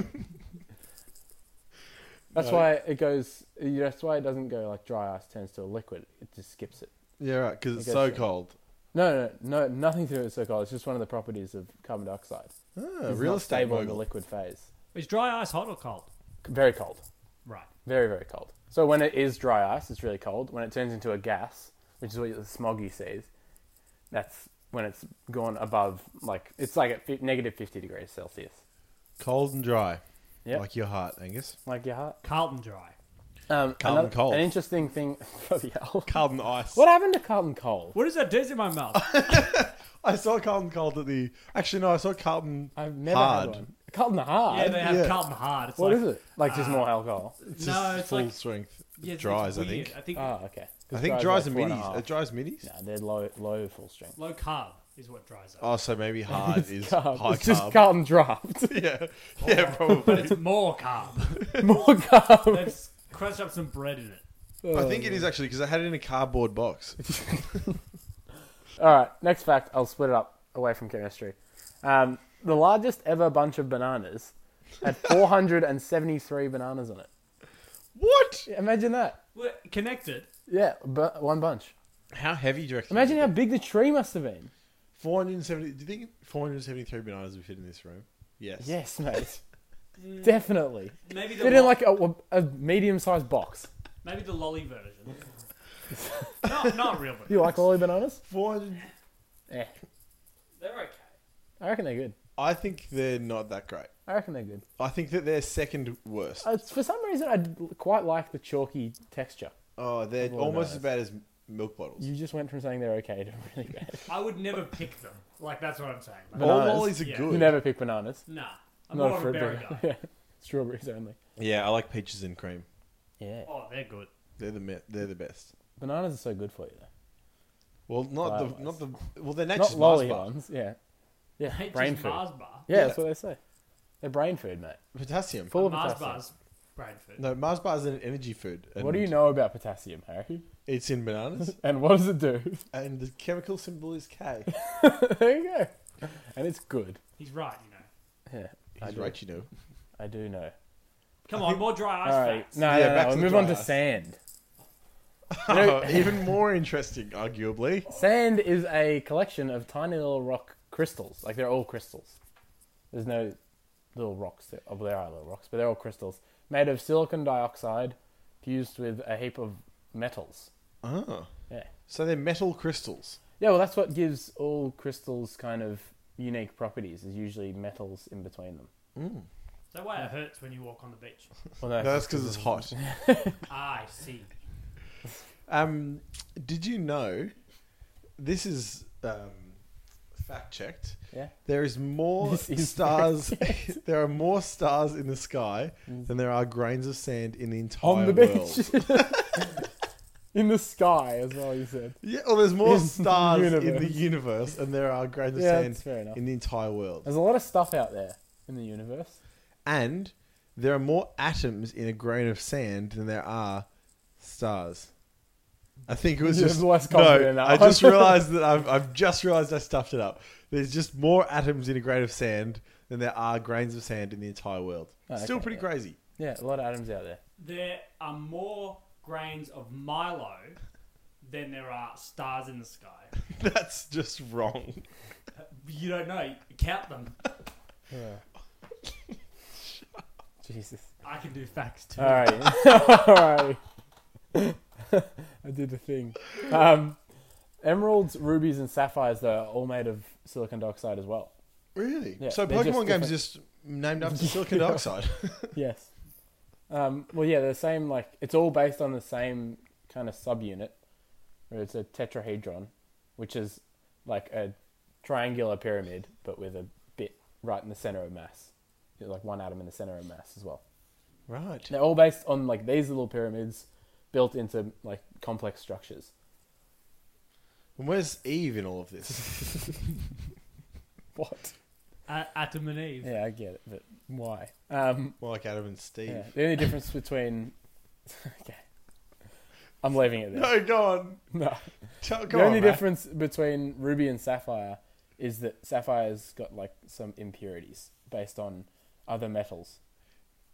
Speaker 2: that's
Speaker 1: No.
Speaker 2: why it goes, yeah, that's why it doesn't go like dry ice turns to a liquid. It just skips it.
Speaker 1: Yeah, right, because it's
Speaker 2: guess
Speaker 1: so
Speaker 2: so.
Speaker 1: cold.
Speaker 2: No, no, no, nothing to do with so cold. It's just one of the properties of carbon dioxide.
Speaker 1: Ah,
Speaker 2: It's
Speaker 1: real
Speaker 2: not
Speaker 1: estate
Speaker 2: stable in the
Speaker 1: mogul.
Speaker 2: liquid phase.
Speaker 3: Is dry ice hot or cold?
Speaker 2: Very cold.
Speaker 3: Right.
Speaker 2: Very, very cold. So when it is dry ice, it's really cold. When it turns into a gas, which is what the smog you see, that's when it's gone above, like, it's like at fi- negative 50 degrees Celsius.
Speaker 1: Cold and dry,
Speaker 2: Yeah. Like,
Speaker 1: like your heart, Angus.
Speaker 2: your heart.
Speaker 3: Carlton dry.
Speaker 2: Um,
Speaker 1: Carlton Cole.
Speaker 2: An interesting thing. Bloody hell.
Speaker 1: Carlton ice.
Speaker 2: What happened to Carlton Cole?
Speaker 3: What does that do to my mouth?
Speaker 1: I saw Carlton cold at the. Actually, no, I saw Carlton.
Speaker 2: I've never
Speaker 1: hard.
Speaker 2: had one. Carlton Hard?
Speaker 3: yeah, they have
Speaker 1: yeah.
Speaker 3: Carlton hard. It's
Speaker 2: What
Speaker 3: like,
Speaker 2: is it? Like just
Speaker 3: uh,
Speaker 2: more alcohol.
Speaker 1: It's
Speaker 3: No,
Speaker 1: just
Speaker 3: it's
Speaker 1: full
Speaker 3: like-
Speaker 1: strength.
Speaker 3: Yeah, it's-
Speaker 1: dries, I
Speaker 3: it's weird.
Speaker 1: think.
Speaker 3: I think
Speaker 2: Oh, okay.
Speaker 1: I think
Speaker 2: dries
Speaker 1: dries and
Speaker 2: like
Speaker 1: minis.
Speaker 2: four and a
Speaker 1: Uh, dries minis.
Speaker 2: half. No, they're low, low full strength.
Speaker 3: low carb is what dries up.
Speaker 1: Oh, so maybe hard is
Speaker 2: Carb.
Speaker 1: high
Speaker 2: it's just Oh.
Speaker 1: carb.
Speaker 2: Carlton Draft.
Speaker 1: yeah, yeah, probably.
Speaker 3: It's more carb.
Speaker 2: more carb.
Speaker 3: They've s- crushed up some bread in it.
Speaker 1: I think it is actually because I had it in a cardboard box.
Speaker 2: All right, next fact. I'll split it up away from chemistry. Um, the largest ever bunch of bananas had 473 bananas on it.
Speaker 1: What?
Speaker 2: Imagine that.
Speaker 3: Well, Connected.
Speaker 2: Yeah, bu- one bunch.
Speaker 1: How heavy do you reckon?
Speaker 2: Imagine how big the tree must have been.
Speaker 1: 470. Do you think 473 bananas would fit in this room? Yes.
Speaker 2: Yes, mate. Definitely.
Speaker 3: Maybe the
Speaker 2: Fit in
Speaker 3: lo-
Speaker 2: like a, a medium-sized box.
Speaker 3: maybe the lolly version. not not real, but
Speaker 2: You like lolly bananas?
Speaker 1: 400.
Speaker 2: Yeah,
Speaker 3: they're okay.
Speaker 2: I reckon they're good.
Speaker 1: I think they're not that great.
Speaker 2: I reckon they're good.
Speaker 1: I think that they're second worst.
Speaker 2: Uh, for some reason, I d- quite like the chalky texture.
Speaker 1: Oh, they're
Speaker 2: Well,
Speaker 1: almost
Speaker 2: no.
Speaker 1: as bad as milk bottles.
Speaker 2: You just went from saying they're okay to really bad.
Speaker 3: I would never pick them. Like that's what I'm saying. Like,
Speaker 1: All
Speaker 2: Bananas.
Speaker 1: lollies are
Speaker 3: Yeah.
Speaker 1: good.
Speaker 2: You never pick bananas.
Speaker 3: nah, I'm
Speaker 2: Not a
Speaker 3: more of a
Speaker 2: fruit
Speaker 3: berry
Speaker 2: drinker.
Speaker 3: guy.
Speaker 2: Strawberries only.
Speaker 1: Yeah, I like peaches and cream.
Speaker 2: Yeah.
Speaker 3: Oh, they're good.
Speaker 1: They're the me- they're the best.
Speaker 2: Bananas are so good for you though.
Speaker 1: Well, not the
Speaker 2: Flowers.
Speaker 1: not the well. They're
Speaker 2: Not
Speaker 1: nature's
Speaker 2: lolly
Speaker 1: Mars bar.
Speaker 2: ones, yeah. Yeah,
Speaker 3: Peaches
Speaker 2: brain food.
Speaker 3: Mars bar.
Speaker 2: Yeah, that's
Speaker 1: Yeah.
Speaker 2: what they say. They're brain food, mate.
Speaker 1: Potassium.
Speaker 2: Full of
Speaker 3: Mars
Speaker 2: potassium.
Speaker 3: bars, brain food.
Speaker 1: No, Mars bars is an energy food.
Speaker 2: What do you
Speaker 1: and
Speaker 2: know about potassium, Harry?
Speaker 1: It's in bananas,
Speaker 2: And what does it do?
Speaker 1: and the chemical symbol is K.
Speaker 2: there you go. And it's good.
Speaker 3: He's right, you know.
Speaker 2: Yeah, I
Speaker 1: He's
Speaker 2: do.
Speaker 1: right, you know.
Speaker 2: I do know.
Speaker 3: Come on, more dry ice
Speaker 2: All right,
Speaker 3: facts.
Speaker 2: no,
Speaker 1: Yeah,
Speaker 2: no,
Speaker 1: back
Speaker 2: no,
Speaker 1: to
Speaker 2: we
Speaker 1: the
Speaker 2: move on
Speaker 1: dry
Speaker 2: to
Speaker 1: ice.
Speaker 2: sand.
Speaker 1: Oh, even more interesting, arguably.
Speaker 2: Sand is a collection of tiny little rock crystals. Like they're all crystals. There's no little rocks. That, oh, they are little rocks, but they're all crystals made of silicon dioxide fused with a heap of metals.
Speaker 1: Oh.
Speaker 2: Yeah.
Speaker 1: So they're metal crystals.
Speaker 2: Yeah, well, that's what gives all crystals kind of unique properties. Is usually metals in between them.
Speaker 3: Is that why it hurts when you walk on the beach?
Speaker 2: Well,
Speaker 1: No, that's because it's hot.
Speaker 3: Ah, I see.
Speaker 1: Um, did you know? This is um, fact checked.
Speaker 2: Yeah.
Speaker 1: There is more
Speaker 2: This is
Speaker 1: stars. there are more stars in the sky than there are grains of sand in the entire
Speaker 2: Mm. on the
Speaker 1: world.
Speaker 2: beach. In the sky, as well, you said.
Speaker 1: Yeah, well, there's more
Speaker 2: In the
Speaker 1: stars in the
Speaker 2: universe.
Speaker 1: universe than there are grains of
Speaker 2: Yeah, that's fair
Speaker 1: sand
Speaker 2: enough.
Speaker 1: in the entire world.
Speaker 2: There's a lot of stuff out there in the universe.
Speaker 1: And there are more atoms in a grain of sand than there are stars. I think it was
Speaker 2: You're
Speaker 1: just
Speaker 2: less confident
Speaker 1: no.
Speaker 2: in that
Speaker 1: I
Speaker 2: one.
Speaker 1: just realized that I've, I've just realized I stuffed it up. There's just more atoms in a grain of sand than there are grains of sand in the entire world.
Speaker 2: Oh,
Speaker 1: Still
Speaker 2: okay,
Speaker 1: pretty
Speaker 2: yeah.
Speaker 1: crazy.
Speaker 2: Yeah, a lot of atoms out there.
Speaker 3: There are more grains of Milo than there are stars in the sky.
Speaker 1: That's just wrong.
Speaker 3: You don't know. Count them.
Speaker 2: Jesus.
Speaker 3: I can do facts too.
Speaker 2: All right. All right. I did the thing. Um, emeralds, rubies, and sapphires, though, are all made of silicon dioxide as well.
Speaker 1: Really?
Speaker 2: Yeah,
Speaker 1: so
Speaker 2: they're just
Speaker 1: Pokemon games just named after silicon dioxide.
Speaker 2: Yes. Um, well, yeah, they're the same, like, it's all based on the same kind of subunit, where it's a tetrahedron, which is like a triangular pyramid, but with a bit right in the center of mass. Like one atom in the center of mass as well.
Speaker 1: right.
Speaker 2: They're all based on like these little pyramids built into like complex structures.
Speaker 1: And where's Eve in all of this?
Speaker 2: What?
Speaker 3: A- Adam and Eve.
Speaker 2: Yeah, I get it, but why? Um,
Speaker 1: More like Adam and Steve.
Speaker 2: yeah, The only difference between okay, I'm leaving it there.
Speaker 1: No, go on.
Speaker 2: No,
Speaker 1: Tell,
Speaker 2: the
Speaker 1: come
Speaker 2: only
Speaker 1: on, man.
Speaker 2: difference between ruby and sapphire is that sapphire's got like some impurities based on other metals,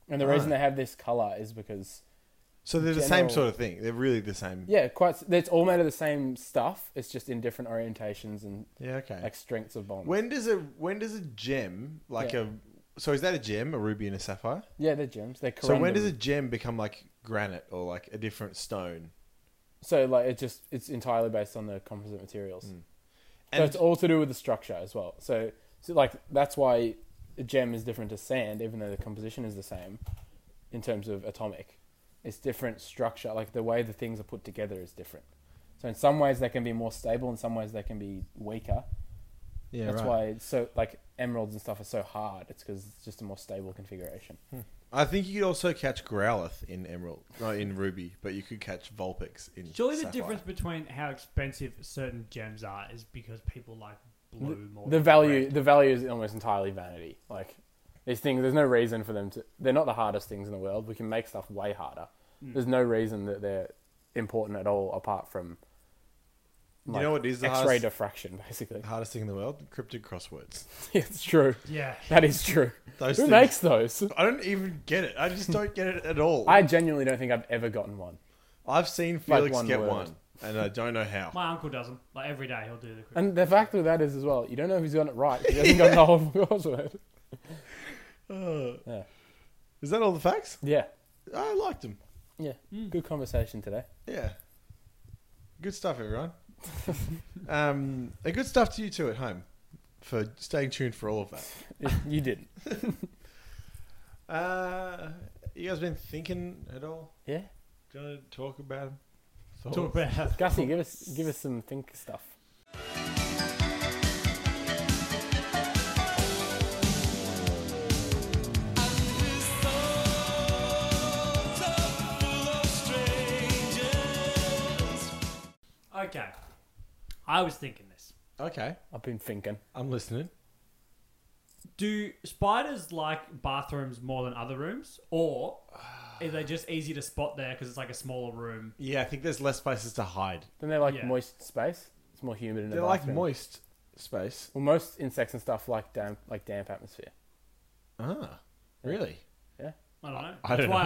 Speaker 2: and the reason
Speaker 1: Right.
Speaker 2: they have this color is because
Speaker 1: So they're the same
Speaker 2: general-
Speaker 1: sort of thing. They're really the same.
Speaker 2: yeah, quite. s- It's all made of the same stuff. It's just in different orientations and
Speaker 1: Yeah, okay.
Speaker 2: like strengths of bond.
Speaker 1: when does a when does a gem like
Speaker 2: Yeah.
Speaker 1: a so is that a gem, a ruby and a sapphire?
Speaker 2: Yeah, they're gems. They're
Speaker 1: So when does a
Speaker 2: corundum.
Speaker 1: gem become like granite or like a different stone?
Speaker 2: So like it just it's entirely based on the composite materials. so
Speaker 1: Hmm. And
Speaker 2: it's all to do with the structure as well. So, so like that's why a gem is different to sand, even though the composition is the same in terms of atomic. It's different structure, like the way the things are put together is different. So in some ways they can be more stable, in some ways they can be weaker.
Speaker 1: yeah,
Speaker 2: that's
Speaker 1: right.
Speaker 2: why it's so like emeralds and stuff are so hard. It's because it's just a more stable configuration.
Speaker 1: I think you could also catch Growlithe in Emerald, no, in Ruby, but you could catch Vulpix in.
Speaker 3: Surely the
Speaker 1: Sapphire.
Speaker 3: difference between how expensive certain gems are is because people like blue more.
Speaker 2: the
Speaker 3: than
Speaker 2: value
Speaker 3: red.
Speaker 2: the value is almost entirely vanity like these things there's no reason for them to they're not the hardest things in the world we can make stuff way harder
Speaker 3: Hmm.
Speaker 2: there's no reason that they're important at all apart from
Speaker 1: You know what is the
Speaker 2: x-ray
Speaker 1: hardest- Ah.
Speaker 2: diffraction basically
Speaker 1: hardest thing in the world: cryptic crosswords.
Speaker 2: it's true
Speaker 3: Yeah.
Speaker 2: that is true
Speaker 1: Those
Speaker 2: who
Speaker 1: things-
Speaker 2: makes those
Speaker 1: I don't even get it. I just don't get it at all.
Speaker 2: i genuinely don't think i've ever gotten one
Speaker 1: I've seen Felix
Speaker 2: one
Speaker 1: get
Speaker 2: word.
Speaker 1: one, and I don't know how.
Speaker 3: My uncle does them. Like every day he'll do the. Christmas.
Speaker 2: and the fact of that is as well you don't know if he's gotten it right 'cause he hasn't gotten the whole crossword Yeah.
Speaker 1: Is that all the facts?
Speaker 2: yeah
Speaker 1: I liked them.
Speaker 2: yeah
Speaker 1: Hmm.
Speaker 2: good conversation today
Speaker 1: Yeah. Good stuff, everyone. um, and good stuff to you too at home for staying tuned for all of that.
Speaker 2: If you didn't
Speaker 1: Uh, you guys been thinking at all?
Speaker 2: yeah
Speaker 1: Do you want to talk about 'em?
Speaker 3: Talk about
Speaker 2: gussie give us give us some think stuff
Speaker 3: Okay. I was thinking this.
Speaker 1: Okay,
Speaker 2: I've been thinking.
Speaker 1: I'm listening.
Speaker 3: Do spiders like bathrooms more than other rooms, or are they just easy to spot there because it's like a smaller room?
Speaker 1: Yeah, I think there's less places to hide.
Speaker 2: Don't they like
Speaker 3: Yeah.
Speaker 2: moist space? It's more humid in the
Speaker 1: They're like
Speaker 2: bathroom.
Speaker 1: moist space.
Speaker 2: Well, most insects and stuff like damp, like damp atmosphere.
Speaker 1: Ah, really?
Speaker 2: Yeah.
Speaker 3: I don't know.
Speaker 1: I don't
Speaker 3: That's why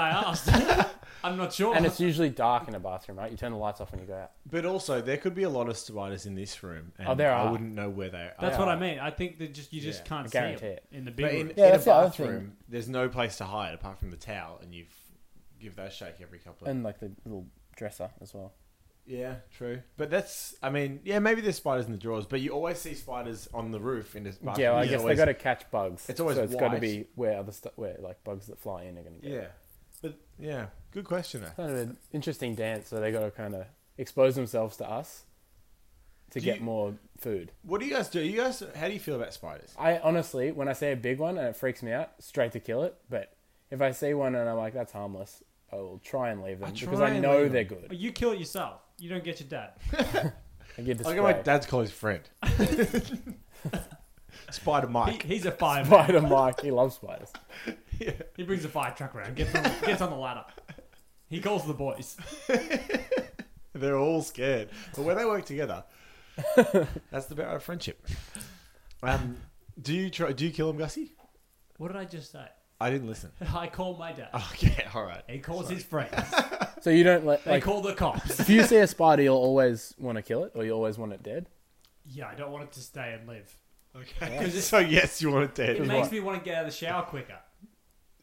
Speaker 3: I asked. I'm not sure.
Speaker 2: And it's usually dark in a bathroom, right? You turn the lights off when you go out.
Speaker 1: But also, there could be a lot of spiders in this room, and
Speaker 2: Oh, there
Speaker 1: I
Speaker 2: are.
Speaker 1: wouldn't know where they are.
Speaker 3: That's what
Speaker 2: Yeah.
Speaker 3: I mean. I think that just you just
Speaker 1: Yeah,
Speaker 3: can't
Speaker 2: I
Speaker 3: see
Speaker 2: guarantee
Speaker 3: it
Speaker 2: it.
Speaker 3: in the big
Speaker 1: But in,
Speaker 3: room.
Speaker 1: in
Speaker 2: that's
Speaker 1: a
Speaker 2: the other thing.
Speaker 1: bathroom, there's no place to hide apart from the towel, and you f- give that a shake every couple of.
Speaker 2: And like the little dresser as well.
Speaker 1: yeah, true. But that's, I mean, yeah, maybe there's spiders in the drawers, but you always see spiders on the roof in this bathroom.
Speaker 2: yeah, well, I
Speaker 1: It's
Speaker 2: guess
Speaker 1: always-
Speaker 2: they got to catch bugs.
Speaker 1: it's always
Speaker 2: so it's got to
Speaker 1: white.
Speaker 2: be where other stuff, where like bugs that fly in are going to go.
Speaker 1: Yeah, but yeah, good question though.
Speaker 2: kind of an interesting dance. So they got to kind of expose themselves to us to
Speaker 1: Do
Speaker 2: get
Speaker 1: you-
Speaker 2: more food.
Speaker 1: What do you guys do? You guys, how do you feel about spiders?
Speaker 2: I honestly, when I see a big one and it freaks me out, straight to kill it. But if I see one and I'm like, that's harmless, I will try and leave them
Speaker 1: I
Speaker 2: because
Speaker 1: try
Speaker 2: I
Speaker 1: and
Speaker 2: know
Speaker 1: leave
Speaker 2: they're
Speaker 3: But
Speaker 2: good.
Speaker 3: You kill it yourself. You don't get your dad.
Speaker 2: I get
Speaker 1: I got my
Speaker 2: displayed.
Speaker 1: dad's close friend, Spider
Speaker 3: He,
Speaker 1: Mike.
Speaker 3: he's a fireman.
Speaker 2: Spider Mike, he loves spiders.
Speaker 3: He brings a fire truck around. Gets on, gets on the ladder. He calls the boys.
Speaker 1: They're all scared. But when they work together, that's the power of friendship. Um, do you try, do you kill him, Gussie?
Speaker 3: What did I just say?
Speaker 1: I didn't listen.
Speaker 3: I call my
Speaker 2: Oh.
Speaker 3: dad.
Speaker 1: Okay, all right.
Speaker 3: He calls his friends.
Speaker 2: So you don't let
Speaker 3: They
Speaker 2: like
Speaker 3: call the cops.
Speaker 2: if you see a spider, you'll always want to kill it, or you always want it dead.
Speaker 3: yeah, I don't want it to stay and live.
Speaker 1: Okay.
Speaker 3: 'Cause it's-
Speaker 1: So yes, you want it
Speaker 3: It
Speaker 1: dead.
Speaker 3: makes
Speaker 2: what?
Speaker 3: me want to get out of the shower quicker.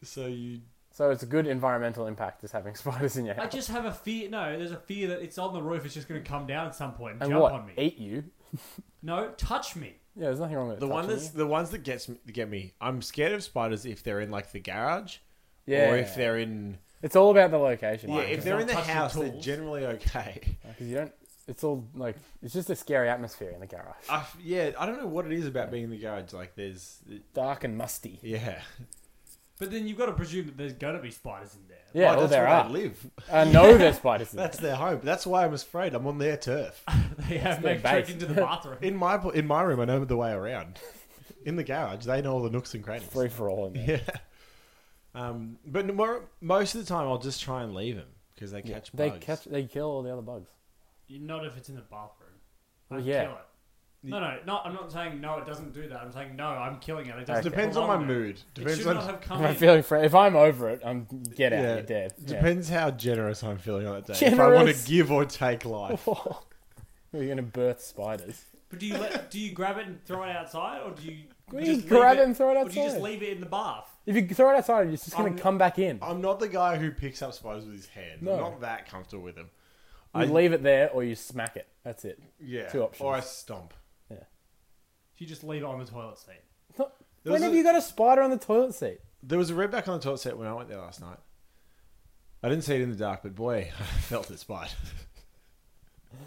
Speaker 1: So you.
Speaker 2: So it's a good environmental impact is having spiders in your
Speaker 3: I
Speaker 2: house.
Speaker 3: just have a fear. No, there's a fear that it's on the roof. It's just going to come down at some point and,
Speaker 2: and
Speaker 3: jump
Speaker 2: what
Speaker 3: on me.
Speaker 2: eat you?
Speaker 3: No, touch me.
Speaker 2: Yeah, there's nothing wrong with
Speaker 1: The one
Speaker 2: touching
Speaker 1: that's
Speaker 2: you.
Speaker 1: the ones that gets me, get me. I'm scared of spiders if they're in like the garage,
Speaker 2: yeah,
Speaker 1: or if they're in
Speaker 2: it's all about the location.
Speaker 1: yeah,
Speaker 2: Yeah,
Speaker 1: if
Speaker 3: just
Speaker 1: they're
Speaker 3: don't
Speaker 1: in the
Speaker 3: touch the
Speaker 1: house, they're
Speaker 3: tools.
Speaker 1: generally okay.
Speaker 2: because you don't. It's all like it's just a scary atmosphere in the garage,
Speaker 1: I f yeah, I don't know what it is about being in the garage. Like there's
Speaker 2: dark and musty.
Speaker 1: yeah,
Speaker 3: But then you've got to presume that there's going to be spiders in there.
Speaker 1: Oh,
Speaker 2: Yeah, well,
Speaker 1: that's
Speaker 2: there
Speaker 1: where
Speaker 2: are.
Speaker 1: they live.
Speaker 2: I know there's spiders. In there.
Speaker 1: That's their home. That's why I'm afraid. I'm on their turf.
Speaker 3: They have
Speaker 2: their
Speaker 3: make trek
Speaker 2: base.
Speaker 3: into the bathroom.
Speaker 1: In my pl- in my room, I know the way around. In the garage, they know all the nooks and crannies.
Speaker 2: free for all in there.
Speaker 1: Yeah. Um, but more, most of the time, I'll just try and leave them because they catch
Speaker 2: they
Speaker 1: bugs.
Speaker 2: catch. They kill all the other bugs.
Speaker 3: Not if it's in the bathroom.
Speaker 2: Well,
Speaker 3: I'd
Speaker 2: yeah.
Speaker 3: kill it. No, no, not, I'm not saying no, it doesn't do that. I'm saying no, I'm killing it. It
Speaker 2: Okay.
Speaker 3: doesn't
Speaker 1: Depends on my
Speaker 3: belong there.
Speaker 1: mood.
Speaker 3: it
Speaker 1: Depends
Speaker 3: should
Speaker 1: on
Speaker 3: not have
Speaker 2: If
Speaker 3: come
Speaker 2: I'm
Speaker 3: in.
Speaker 2: feeling free, if I'm over it, I'm get out.
Speaker 1: Yeah.
Speaker 2: You're dead. Yeah.
Speaker 1: depends how generous I'm feeling on that day. If I want
Speaker 2: Generous.
Speaker 1: to give or take life.
Speaker 2: You're gonna birth spiders.
Speaker 3: But do you let, do you grab it and throw it outside, or do you
Speaker 2: What do
Speaker 3: just
Speaker 2: you
Speaker 3: leave
Speaker 2: grab it and throw it
Speaker 3: Or do you just
Speaker 2: outside?
Speaker 3: leave it in the bath?
Speaker 2: If you throw it outside, it's just gonna
Speaker 1: I'm-
Speaker 2: come back in.
Speaker 1: I'm not the guy who picks up spiders with his hands. I'm
Speaker 2: No.
Speaker 1: not that comfortable with them.
Speaker 2: You
Speaker 1: I-
Speaker 2: leave it there, or you smack it. That's it.
Speaker 1: Yeah.
Speaker 2: Two options.
Speaker 1: Or I stomp.
Speaker 3: Do you just leave it on the toilet seat?
Speaker 2: It's not-
Speaker 1: There
Speaker 2: When
Speaker 1: was
Speaker 2: have
Speaker 1: a-
Speaker 2: you got a spider on the toilet seat?
Speaker 1: There was a redback on the toilet set when I went there last night. I didn't see it in the dark, but boy, I felt it spider.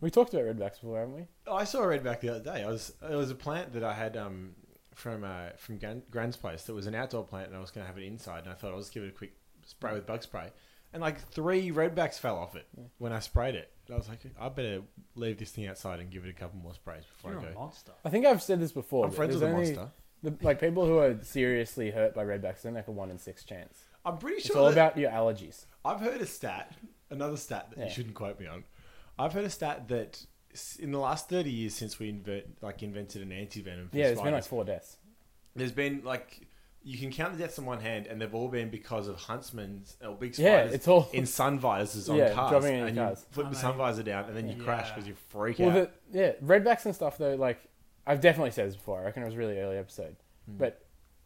Speaker 2: We talked about redbacks before, haven't we?
Speaker 1: Oh, I saw a redback the other day. I was it was a plant that I had um, from uh, from Gran- Gran's place that was an outdoor plant, and I was going to have it inside. And I thought I'll just give it a quick spray with bug spray, and like three redbacks fell off it when I sprayed it. And I was like, I better leave this thing outside and give it a couple more sprays before
Speaker 3: You're
Speaker 1: I
Speaker 3: a
Speaker 1: go.
Speaker 3: monster.
Speaker 2: I think I've said this before.
Speaker 1: I'm
Speaker 2: but
Speaker 1: friends
Speaker 2: there's
Speaker 1: with a
Speaker 2: only-
Speaker 1: monster.
Speaker 2: the- like people who are seriously hurt by redbacks, they're like a one in six chance.
Speaker 1: I'm pretty
Speaker 2: It's all
Speaker 1: sure that
Speaker 2: about your allergies.
Speaker 1: I've heard a stat, another stat that
Speaker 2: Yeah.
Speaker 1: you shouldn't quote me on. I've heard a stat that s- in the last 30 years since we invent, like invented an anti-venom for
Speaker 2: Yeah, there's
Speaker 1: spiders,
Speaker 2: been like four deaths.
Speaker 1: there's been like you can count the deaths on one hand, and they've all been because of huntsmen or big
Speaker 2: Yeah,
Speaker 1: spiders
Speaker 2: it's all-
Speaker 1: in sun visors on
Speaker 2: Yeah,
Speaker 1: cars,
Speaker 2: dropping in
Speaker 1: and
Speaker 2: cars.
Speaker 1: you flip the sun visor down, and then you
Speaker 3: Oh, Yeah.
Speaker 1: crash because you freak
Speaker 2: Well,
Speaker 1: out.
Speaker 2: the, yeah, redbacks and stuff though. Like I've definitely said this before. I reckon it was a really early episode,
Speaker 1: Hmm.
Speaker 2: but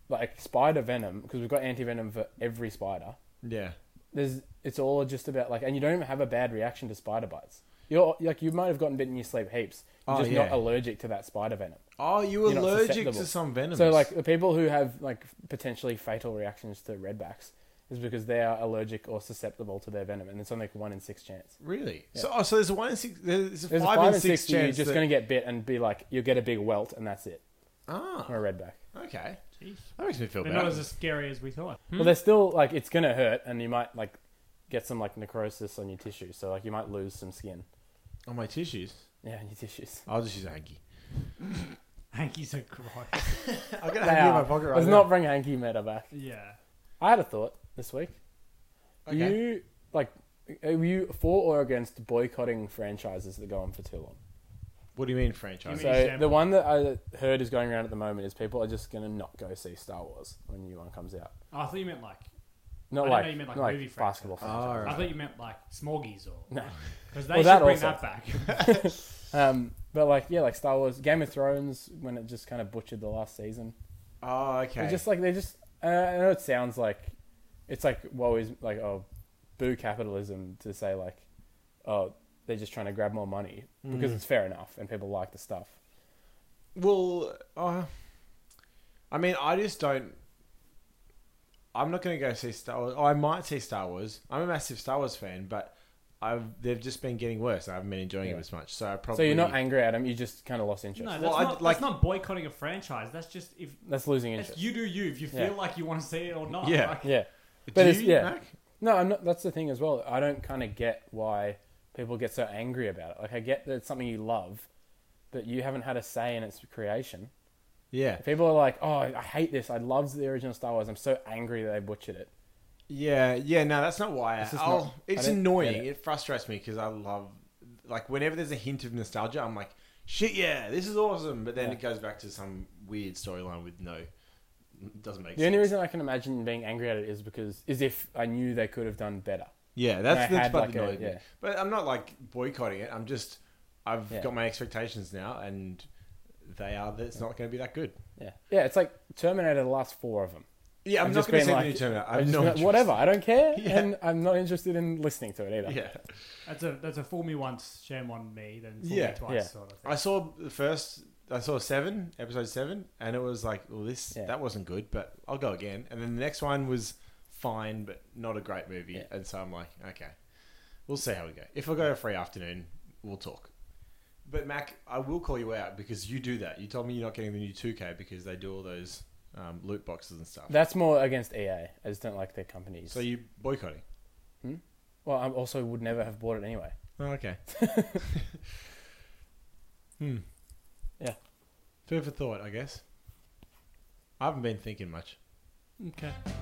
Speaker 2: like spider venom because we've got anti venom for every spider.
Speaker 1: yeah,
Speaker 2: There's it's all just about like, and you don't even have a bad reaction to spider bites. You're like you might have gotten bitten in your sleep heaps. You're
Speaker 1: Oh,
Speaker 2: just
Speaker 1: yeah.
Speaker 2: not allergic to that spider venom.
Speaker 1: oh, you
Speaker 2: You're not
Speaker 1: allergic to
Speaker 2: susceptible.
Speaker 1: some venom.
Speaker 2: So like the people who have like potentially fatal reactions to redbacks is because they are allergic or susceptible to their venom, and it's only like one in six chance.
Speaker 1: really? So oh, so there's a one in six. There's a
Speaker 2: There's
Speaker 1: five,
Speaker 2: a five
Speaker 1: in
Speaker 2: and
Speaker 1: six,
Speaker 2: six, that
Speaker 1: chance
Speaker 2: you're just
Speaker 1: that-
Speaker 2: going to get bit and be like you'll get a big welt and that's it.
Speaker 1: ah,
Speaker 2: Or a redback.
Speaker 1: okay.
Speaker 3: Jeez.
Speaker 1: That makes me feel
Speaker 3: They're not
Speaker 1: better.
Speaker 3: as scary as we thought.
Speaker 1: Hmm.
Speaker 2: Well, they're still like it's gonna hurt, and you might like get some like necrosis on your tissue. So like you might lose some skin.
Speaker 1: On my tissues,
Speaker 2: Yeah, on your tissues.
Speaker 1: I'll just use a hanky.
Speaker 3: Hankies are gross.
Speaker 1: I got a hanky
Speaker 2: They
Speaker 1: in my
Speaker 2: are.
Speaker 1: pocket right
Speaker 2: Let's
Speaker 1: now.
Speaker 2: not bring hanky meta back.
Speaker 3: yeah.
Speaker 2: I had a thought this week. Do
Speaker 1: Okay.
Speaker 2: You like are you for or against boycotting franchises that go on for too long?
Speaker 1: What do you mean franchise?
Speaker 3: You mean-
Speaker 2: So
Speaker 3: Example.
Speaker 2: the one that I heard is going around at the moment is people are just going to not go see Star Wars when a new one comes out.
Speaker 3: Oh, I thought you meant like.
Speaker 2: Not
Speaker 3: I
Speaker 2: like,
Speaker 3: know you meant like
Speaker 2: not
Speaker 3: movie franchise.
Speaker 2: basketball.
Speaker 1: Oh,
Speaker 2: franchise.
Speaker 1: right.
Speaker 3: I thought you meant like Smorgies or.
Speaker 2: No.
Speaker 3: Because
Speaker 2: Well,
Speaker 3: they should
Speaker 2: that
Speaker 3: bring
Speaker 2: also.
Speaker 3: that back.
Speaker 2: Um, but like yeah, like Star Wars, Game of Thrones, when it just kind of butchered the last season.
Speaker 1: oh, okay.
Speaker 2: It's just like they just. Uh, I know it sounds like it's like woe is like oh, boo capitalism to say like oh they're just trying to grab more money
Speaker 1: Mm.
Speaker 2: because it's fair enough and people like the stuff.
Speaker 1: Well, uh, I mean, I just don't. I'm not going to go see Star Wars. Oh, I might see Star Wars. I'm a massive Star Wars fan, but I've they've just been getting worse. I haven't been enjoying
Speaker 2: Yeah.
Speaker 1: it as much. So I probably
Speaker 2: So you're not angry at them. You just kind of lost
Speaker 3: No,
Speaker 2: interest.
Speaker 3: that's,
Speaker 1: Well, I'd
Speaker 3: not,
Speaker 1: like-
Speaker 3: that's not boycotting a franchise. That's just if.
Speaker 2: That's losing
Speaker 3: That's
Speaker 2: interest.
Speaker 3: you do you. If you
Speaker 2: Yeah.
Speaker 3: feel like you want to see it or not.
Speaker 1: Yeah.
Speaker 3: Like,
Speaker 2: Yeah.
Speaker 1: Do
Speaker 2: But it's-
Speaker 1: you,
Speaker 2: yeah.
Speaker 1: Mac?
Speaker 2: No, I'm not. That's the thing as well. I don't kind of get why people get so angry about it. Like, I get that it's something you love, but you haven't had a say in its creation.
Speaker 1: Yeah.
Speaker 2: People are like, "Oh, I hate this. I loved the original Star Wars. I'm so angry that they butchered it."
Speaker 1: Yeah, yeah, no, that's not why. I,
Speaker 2: It's just
Speaker 1: I'll-
Speaker 2: not- I
Speaker 1: it's
Speaker 2: don't
Speaker 1: annoying.
Speaker 2: get
Speaker 1: It. frustrates me because I love, like, whenever there's a hint of nostalgia, I'm like, shit, yeah, this is awesome. But then
Speaker 2: Yeah.
Speaker 1: it goes back to some weird storyline with no, doesn't make
Speaker 2: The
Speaker 1: sense.
Speaker 2: only reason I can imagine being angry at it is because is if I knew they could have done better.
Speaker 1: yeah, that's
Speaker 2: they
Speaker 1: the
Speaker 2: had,
Speaker 1: part
Speaker 2: like,
Speaker 1: that
Speaker 2: a-
Speaker 1: annoyed me.
Speaker 2: yeah.
Speaker 1: But I'm not like boycotting it. I'm just, I've
Speaker 2: Yeah.
Speaker 1: got my expectations now, and they are that it's not going to be that good.
Speaker 2: Yeah, yeah. It's like Terminator, the last four of them.
Speaker 1: Yeah, I'm,
Speaker 2: I've
Speaker 1: not
Speaker 2: just
Speaker 1: going to
Speaker 2: been
Speaker 1: see
Speaker 2: like-
Speaker 1: the new Terminator.
Speaker 2: I'm
Speaker 1: I'm
Speaker 2: just
Speaker 1: not
Speaker 2: like, whatever. I don't care,
Speaker 1: Yeah.
Speaker 2: and I'm not interested in listening to it either.
Speaker 1: Yeah.
Speaker 3: That's a that's a fool me once, shame on me, then fool
Speaker 1: Yeah.
Speaker 3: me twice
Speaker 2: Yeah.
Speaker 3: sort of thing.
Speaker 1: I saw the first. I saw seven, episode seven, and it was like, well, this
Speaker 2: Yeah.
Speaker 1: that wasn't good, but I'll go again. And then the next one was fine, but not a great movie.
Speaker 2: Yeah.
Speaker 1: And so I'm like, okay, we'll see how we go. If I go a free afternoon, we'll talk. But Mac, I will call you out because you do that. You told me you're not getting the new 2K because they do all those um, loot boxes and stuff.
Speaker 2: That's more against EA. I just don't like their companies.
Speaker 1: so you boycotting?
Speaker 2: well, I also would never have bought it anyway.
Speaker 1: Oh, okay. hmm.
Speaker 2: Yeah.
Speaker 1: Food for thought, I guess. I haven't been thinking much.
Speaker 3: Okay.